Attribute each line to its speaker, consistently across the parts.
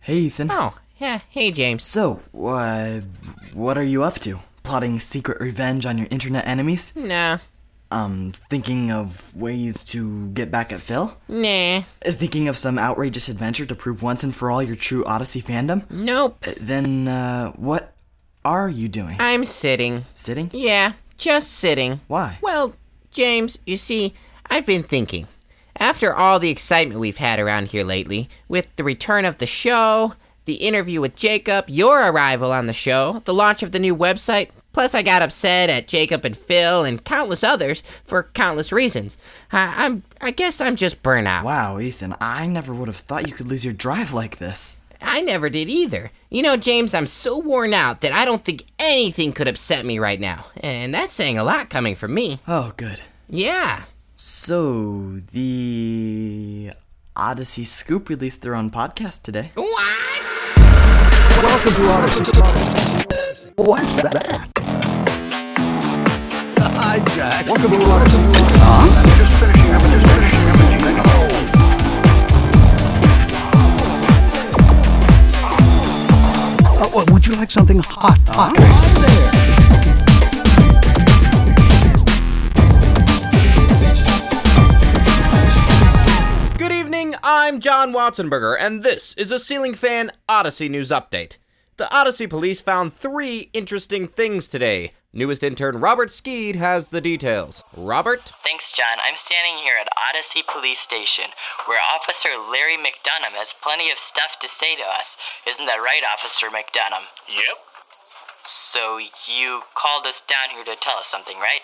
Speaker 1: Hey, Ethan.
Speaker 2: Oh, yeah. Hey, James.
Speaker 1: So, uh, what are you up to? Plotting secret revenge on your internet enemies?
Speaker 2: Nah.
Speaker 1: Um, thinking of ways to get back at Phil?
Speaker 2: Nah.
Speaker 1: Thinking of some outrageous adventure to prove once and for all your true Odyssey fandom?
Speaker 2: Nope.
Speaker 1: Then, uh, what are you doing?
Speaker 2: I'm sitting.
Speaker 1: Sitting?
Speaker 2: Yeah, just sitting.
Speaker 1: Why?
Speaker 2: Well, James, you see, I've been thinking. After all the excitement we've had around here lately, with the return of the show, the interview with Jacob, your arrival on the show, the launch of the new website, plus I got upset at Jacob and Phil and countless others for countless reasons. I, I'm, I guess I'm just burnout.
Speaker 1: Wow, Ethan, I never would have thought you could lose your drive like this.
Speaker 2: I never did either. You know, James, I'm so worn out that I don't think anything could upset me right now. And that's saying a lot coming from me.
Speaker 1: Oh, good.
Speaker 2: Yeah.
Speaker 1: So, the Odyssey Scoop released their own podcast today.
Speaker 2: What?
Speaker 3: Welcome to Odyssey. What's that? Hi, Jack. Welcome to Odyssey. Uh, what, would you like something hot? Hot.
Speaker 4: Good evening, I'm John Watsonberger, and this is a Ceiling Fan Odyssey News Update. The Odyssey police found three interesting things today. Newest intern Robert Skeed has the details. Robert?
Speaker 5: Thanks, John. I'm standing here at Odyssey Police Station, where Officer Larry McDonough has plenty of stuff to say to us. Isn't that right, Officer McDonough?
Speaker 6: Yep.
Speaker 5: So you called us down here to tell us something, right?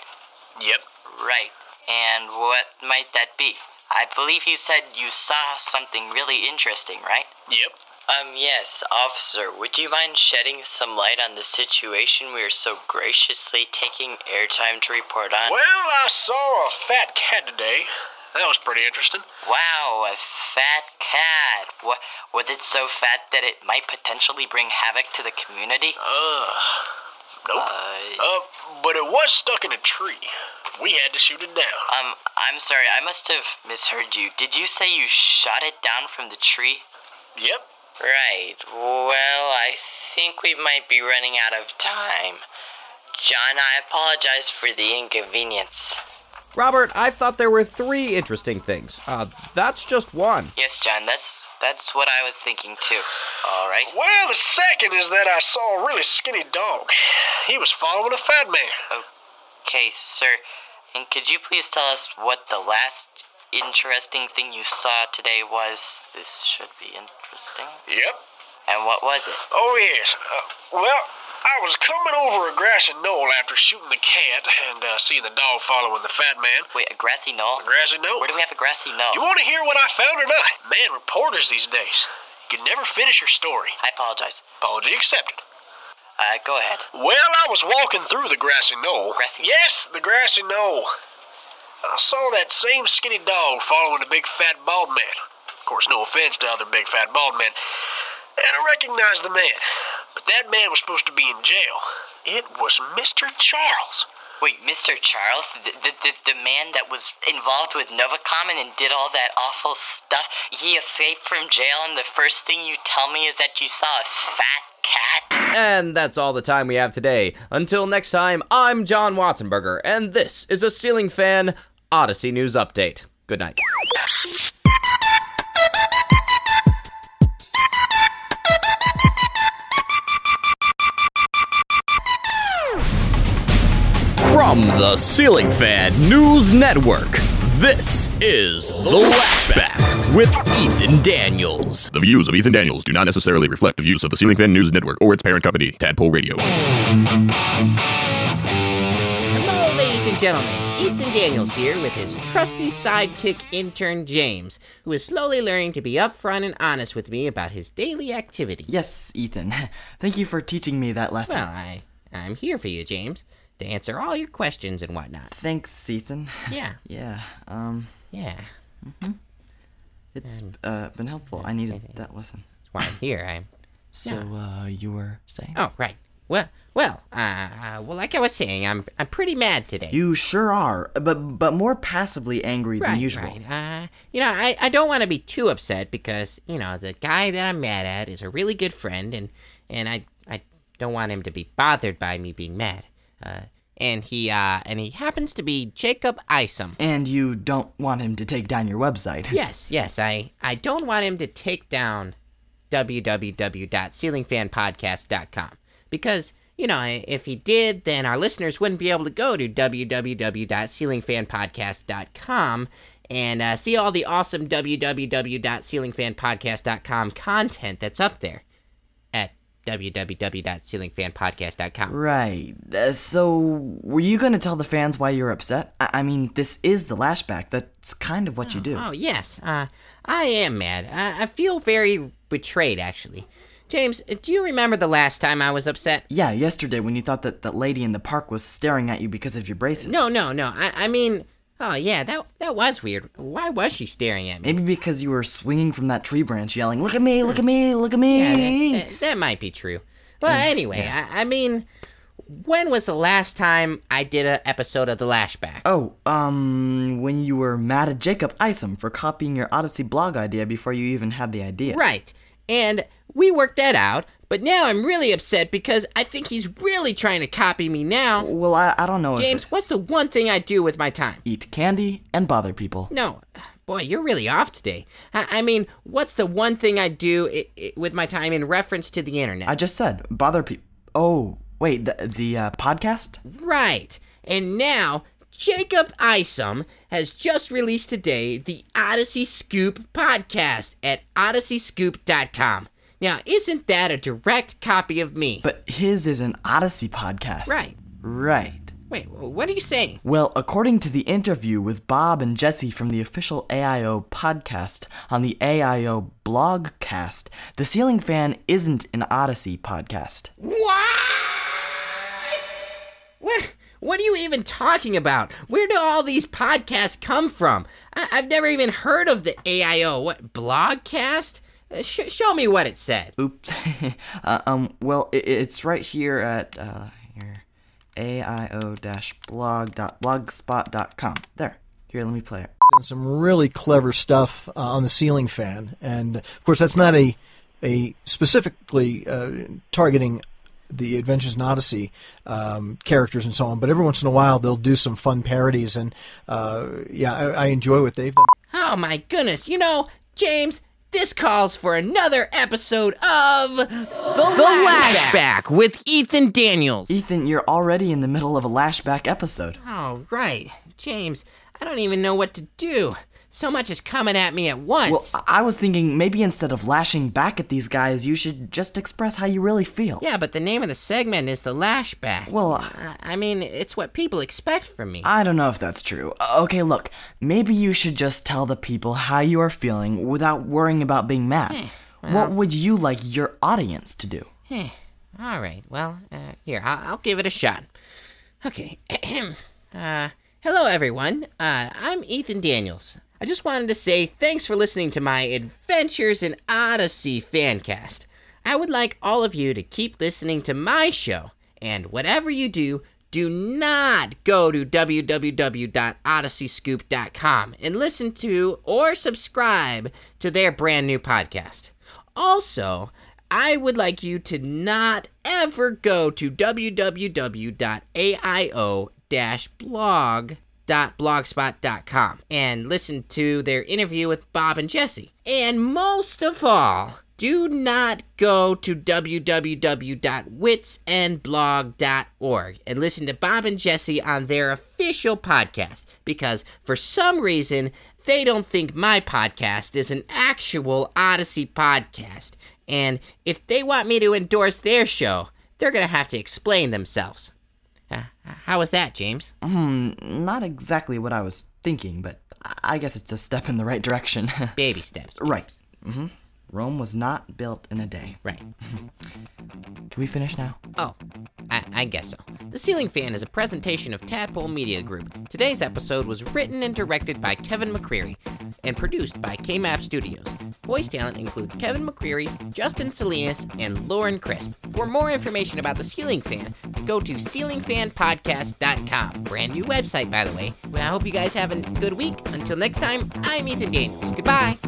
Speaker 6: Yep.
Speaker 5: Right. And what might that be? I believe you said you saw something really interesting, right?
Speaker 6: Yep.
Speaker 5: Um, yes, officer, would you mind shedding some light on the situation we are so graciously taking airtime to report on?
Speaker 6: Well, I saw a fat cat today. That was pretty interesting.
Speaker 5: Wow, a fat cat. What, was it so fat that it might potentially bring havoc to the community?
Speaker 6: Uh, nope.
Speaker 5: Uh,
Speaker 6: Uh, but it was stuck in a tree. We had to shoot it down.
Speaker 5: um, I'm sorry, I must have misheard you. Did you say you shot it down from the tree?
Speaker 6: Yep.
Speaker 5: Right. Well, I think we might be running out of time. John, I apologize for the inconvenience.
Speaker 4: Robert, I thought there were three interesting things. Uh, that's just one.
Speaker 5: Yes, John, that's that's what I was thinking too. All right.
Speaker 6: Well, the second is that I saw a really skinny dog. He was following a fat man.
Speaker 5: Okay, sir. And could you please tell us what the last interesting thing you saw today was? This should be interesting.
Speaker 6: Yep.
Speaker 5: And what was it?
Speaker 6: Oh, yes. Uh, well, I was coming over a grassy knoll after shooting the cat and uh, seeing the dog following the fat man.
Speaker 5: Wait, a grassy knoll?
Speaker 6: Grassy knoll.
Speaker 5: Where do we have a grassy knoll?
Speaker 6: You want to hear what I found or not? Man, reporters these days. You can never finish your story.
Speaker 5: I apologize.
Speaker 6: Apology accepted.
Speaker 5: Uh, go ahead.
Speaker 6: Well, I was walking through the grassy knoll.
Speaker 5: Grassy-
Speaker 6: Yes, the grassy knoll. I saw that same skinny dog following a big fat bald man. Of course, no offense to other big fat bald men. And I recognized the man. But that man was supposed to be in jail. It was Mr. Charles.
Speaker 5: Wait, Mr. Charles, the, the, the, the man that was involved with Novacom and did all that awful stuff, he escaped from jail, and the first thing you tell me is that you saw a fat cat?
Speaker 4: And that's all the time we have today. Until next time, I'm John Watsonberger, and this is a Ceiling Fan Odyssey News Update. Good night.
Speaker 7: From the Ceiling Fan News Network, this is The Lashback with Ethan Daniels.
Speaker 8: The views of Ethan Daniels do not necessarily reflect the views of the Ceiling Fan News Network or its parent company, Tadpole Radio.
Speaker 2: Hello, ladies and gentlemen. Ethan Daniels here with his trusty sidekick intern, James, who is slowly learning to be upfront and honest with me about his daily activities.
Speaker 1: Yes, Ethan. Thank you for teaching me that lesson.
Speaker 2: Well, I, I'm here for you, James, to answer all your questions and whatnot.
Speaker 1: Thanks, Ethan.
Speaker 2: Yeah,
Speaker 1: Yeah, um,
Speaker 2: yeah.
Speaker 1: it's
Speaker 2: Um,
Speaker 1: uh, been helpful. I needed that lesson.
Speaker 2: That's why I'm here. I'm.
Speaker 1: So, uh, you were saying?
Speaker 2: Oh, right. Well, well, uh, uh, well, like I was saying, I'm I'm pretty mad today.
Speaker 1: You sure are, but but more passively angry than
Speaker 2: right,
Speaker 1: usual.
Speaker 2: Right. Uh, you know, I, I don't want to be too upset because you know the guy that I'm mad at is a really good friend, and and I I don't want him to be bothered by me being mad. Uh, and he uh and he happens to be Jacob Isom.
Speaker 1: And you don't want him to take down your website.
Speaker 2: Yes, yes, I I don't want him to take down www.ceilingfanpodcast.com because you know i- if he did, then our listeners wouldn't be able to go to www.ceilingfanpodcast.com and uh, see all the awesome www.ceilingfanpodcast.com content that's up there at www.ceilingfanpodcast.com.
Speaker 1: Right. Uh, so, were you going to tell the fans why you're upset? I-, I mean, this is the lashback. That's kind of what you do.
Speaker 2: Oh, yes. Uh, I am mad. I, I feel very betrayed, actually. James, do you remember the last time I was upset?
Speaker 1: Yeah, yesterday when you thought that that lady in the park was staring at you because of your braces.
Speaker 2: No, no, no. I, I mean, oh, yeah, that, that was weird. Why was she staring at me?
Speaker 1: Maybe because you were swinging from that tree branch yelling, Look at me, look at me, look at
Speaker 2: Yeah,
Speaker 1: me.
Speaker 2: that, that, that might be true. Well, anyway, I, I mean, when was the last time I did an episode of The Lashback?
Speaker 1: Oh, um, when you were mad at Jacob Isom for copying your Odyssey blog idea before you even had the idea.
Speaker 2: Right. And we worked that out, but now I'm really upset because I think he's really trying to copy me now.
Speaker 1: Well, I, I don't know
Speaker 2: James,
Speaker 1: if.
Speaker 2: what's the one thing I do with my time?
Speaker 1: Eat candy and bother people.
Speaker 2: No, boy, you're really off today. I, I mean, what's the one thing I do i i with my time in reference to the internet?
Speaker 1: I just said, bother people. Oh, wait, the, the uh, podcast?
Speaker 2: right. And now, Jacob Isom has just released today the Odyssey Scoop podcast at odysseyscoop.com. Now, isn't that a direct copy of me?
Speaker 1: But his is an Odyssey podcast.
Speaker 2: right.
Speaker 1: Right.
Speaker 2: Wait, what are you saying?
Speaker 1: Well, according to the interview with Bob and Jesse from the official AIO podcast on the AIO blogcast, the ceiling fan isn't an Odyssey podcast.
Speaker 2: What? What are you even talking about? Where do all these podcasts come from? I- I've never even heard of the AIO. What, Blogcast? Uh, sh- show me what it said.
Speaker 1: Oops. uh, um. Well, i it's right here at uh, here, AIO-blog.blogspot.com. There. Here, let me play it.
Speaker 9: and some really clever stuff uh, on the ceiling fan. And of course, that's not a a specifically uh, targeting the Adventures in Odyssey um, characters and so on. But every once in a while, they'll do some fun parodies, and uh, yeah, I, I enjoy what they've done.
Speaker 2: Oh my goodness, you know, James, this calls for another episode of The, Lashback with Ethan Daniels.
Speaker 1: Ethan, you're already in the middle of a lashback episode.
Speaker 2: All right, James, I don't even know what to do. So much is coming at me at
Speaker 1: Well,
Speaker 2: once.
Speaker 1: I- I was thinking maybe instead of lashing back at these guys, you should just express how you really feel.
Speaker 2: yeah, but the name of the segment is The Lashback.
Speaker 1: Well, I-
Speaker 2: I, I mean, it's what people expect from me.
Speaker 1: I don't know if that's true. Uh, Okay, look, maybe you should just tell the people how you are feeling without worrying about being mad. what would you like your audience to do?
Speaker 2: All right. Well, uh, here I'll, I'll give it a shot. Okay. uh, hello, everyone. Uh, I'm Ethan Daniels. I just wanted to say thanks for listening to my Adventures in Odyssey fancast. I would like all of you to keep listening to my show, and whatever you do, do not go to www.odysseyscoop.com and listen to or subscribe to their brand new podcast. Also, I would like you to not ever go to www.aio-blog.blogspot.com and listen to their interview with Bob and Jesse. And most of all, do not go to www.witsandblog.org and listen to Bob and Jesse on their official podcast because for some reason they don't think my podcast is an actual Odyssey podcast. And if they want me to endorse their show, they're going to have to explain themselves. Uh, how was that, James?
Speaker 1: Not exactly what I was thinking, but I- I guess it's a step in the right direction.
Speaker 2: Baby steps.
Speaker 1: right. hmm Rome was not built in a day.
Speaker 2: Right.
Speaker 1: Can we finish now?
Speaker 2: Oh, I, I guess so. The Ceiling Fan is a presentation of Tadpole Media Group. Today's episode was written and directed by Kevin McCreary and produced by KMAP Studios. voice talent includes Kevin McCreary, Justin Salinas, and Lauren Crisp. For more information about the Ceiling Fan, go to ceilingfanpodcast.com. Brand new website, by the way. Well, I hope you guys have a good week. Until next time, I'm Ethan Daniels. Goodbye.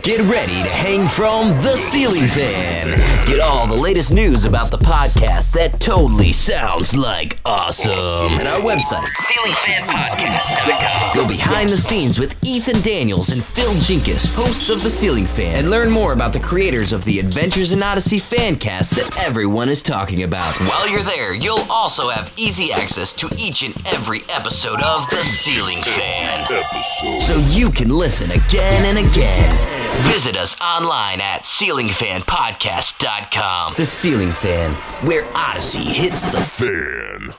Speaker 7: Get ready to hang from the ceiling fan. Get all the latest news about the podcast that totally sounds like awesome at our website.
Speaker 5: ceilingfanpodcast.com.
Speaker 7: Go behind the scenes with Ethan Daniels and Phil Jinkus, hosts of The Ceiling Fan, and learn more about the creators of the Adventures in Odyssey fan cast that everyone is talking about. While you're there, you'll also have easy access to each and every episode of The Ceiling Fan. So you can listen again and again. Visit us online at ceilingfanpodcast.com. The Ceiling Fan, where Odyssey hits the
Speaker 8: Fan.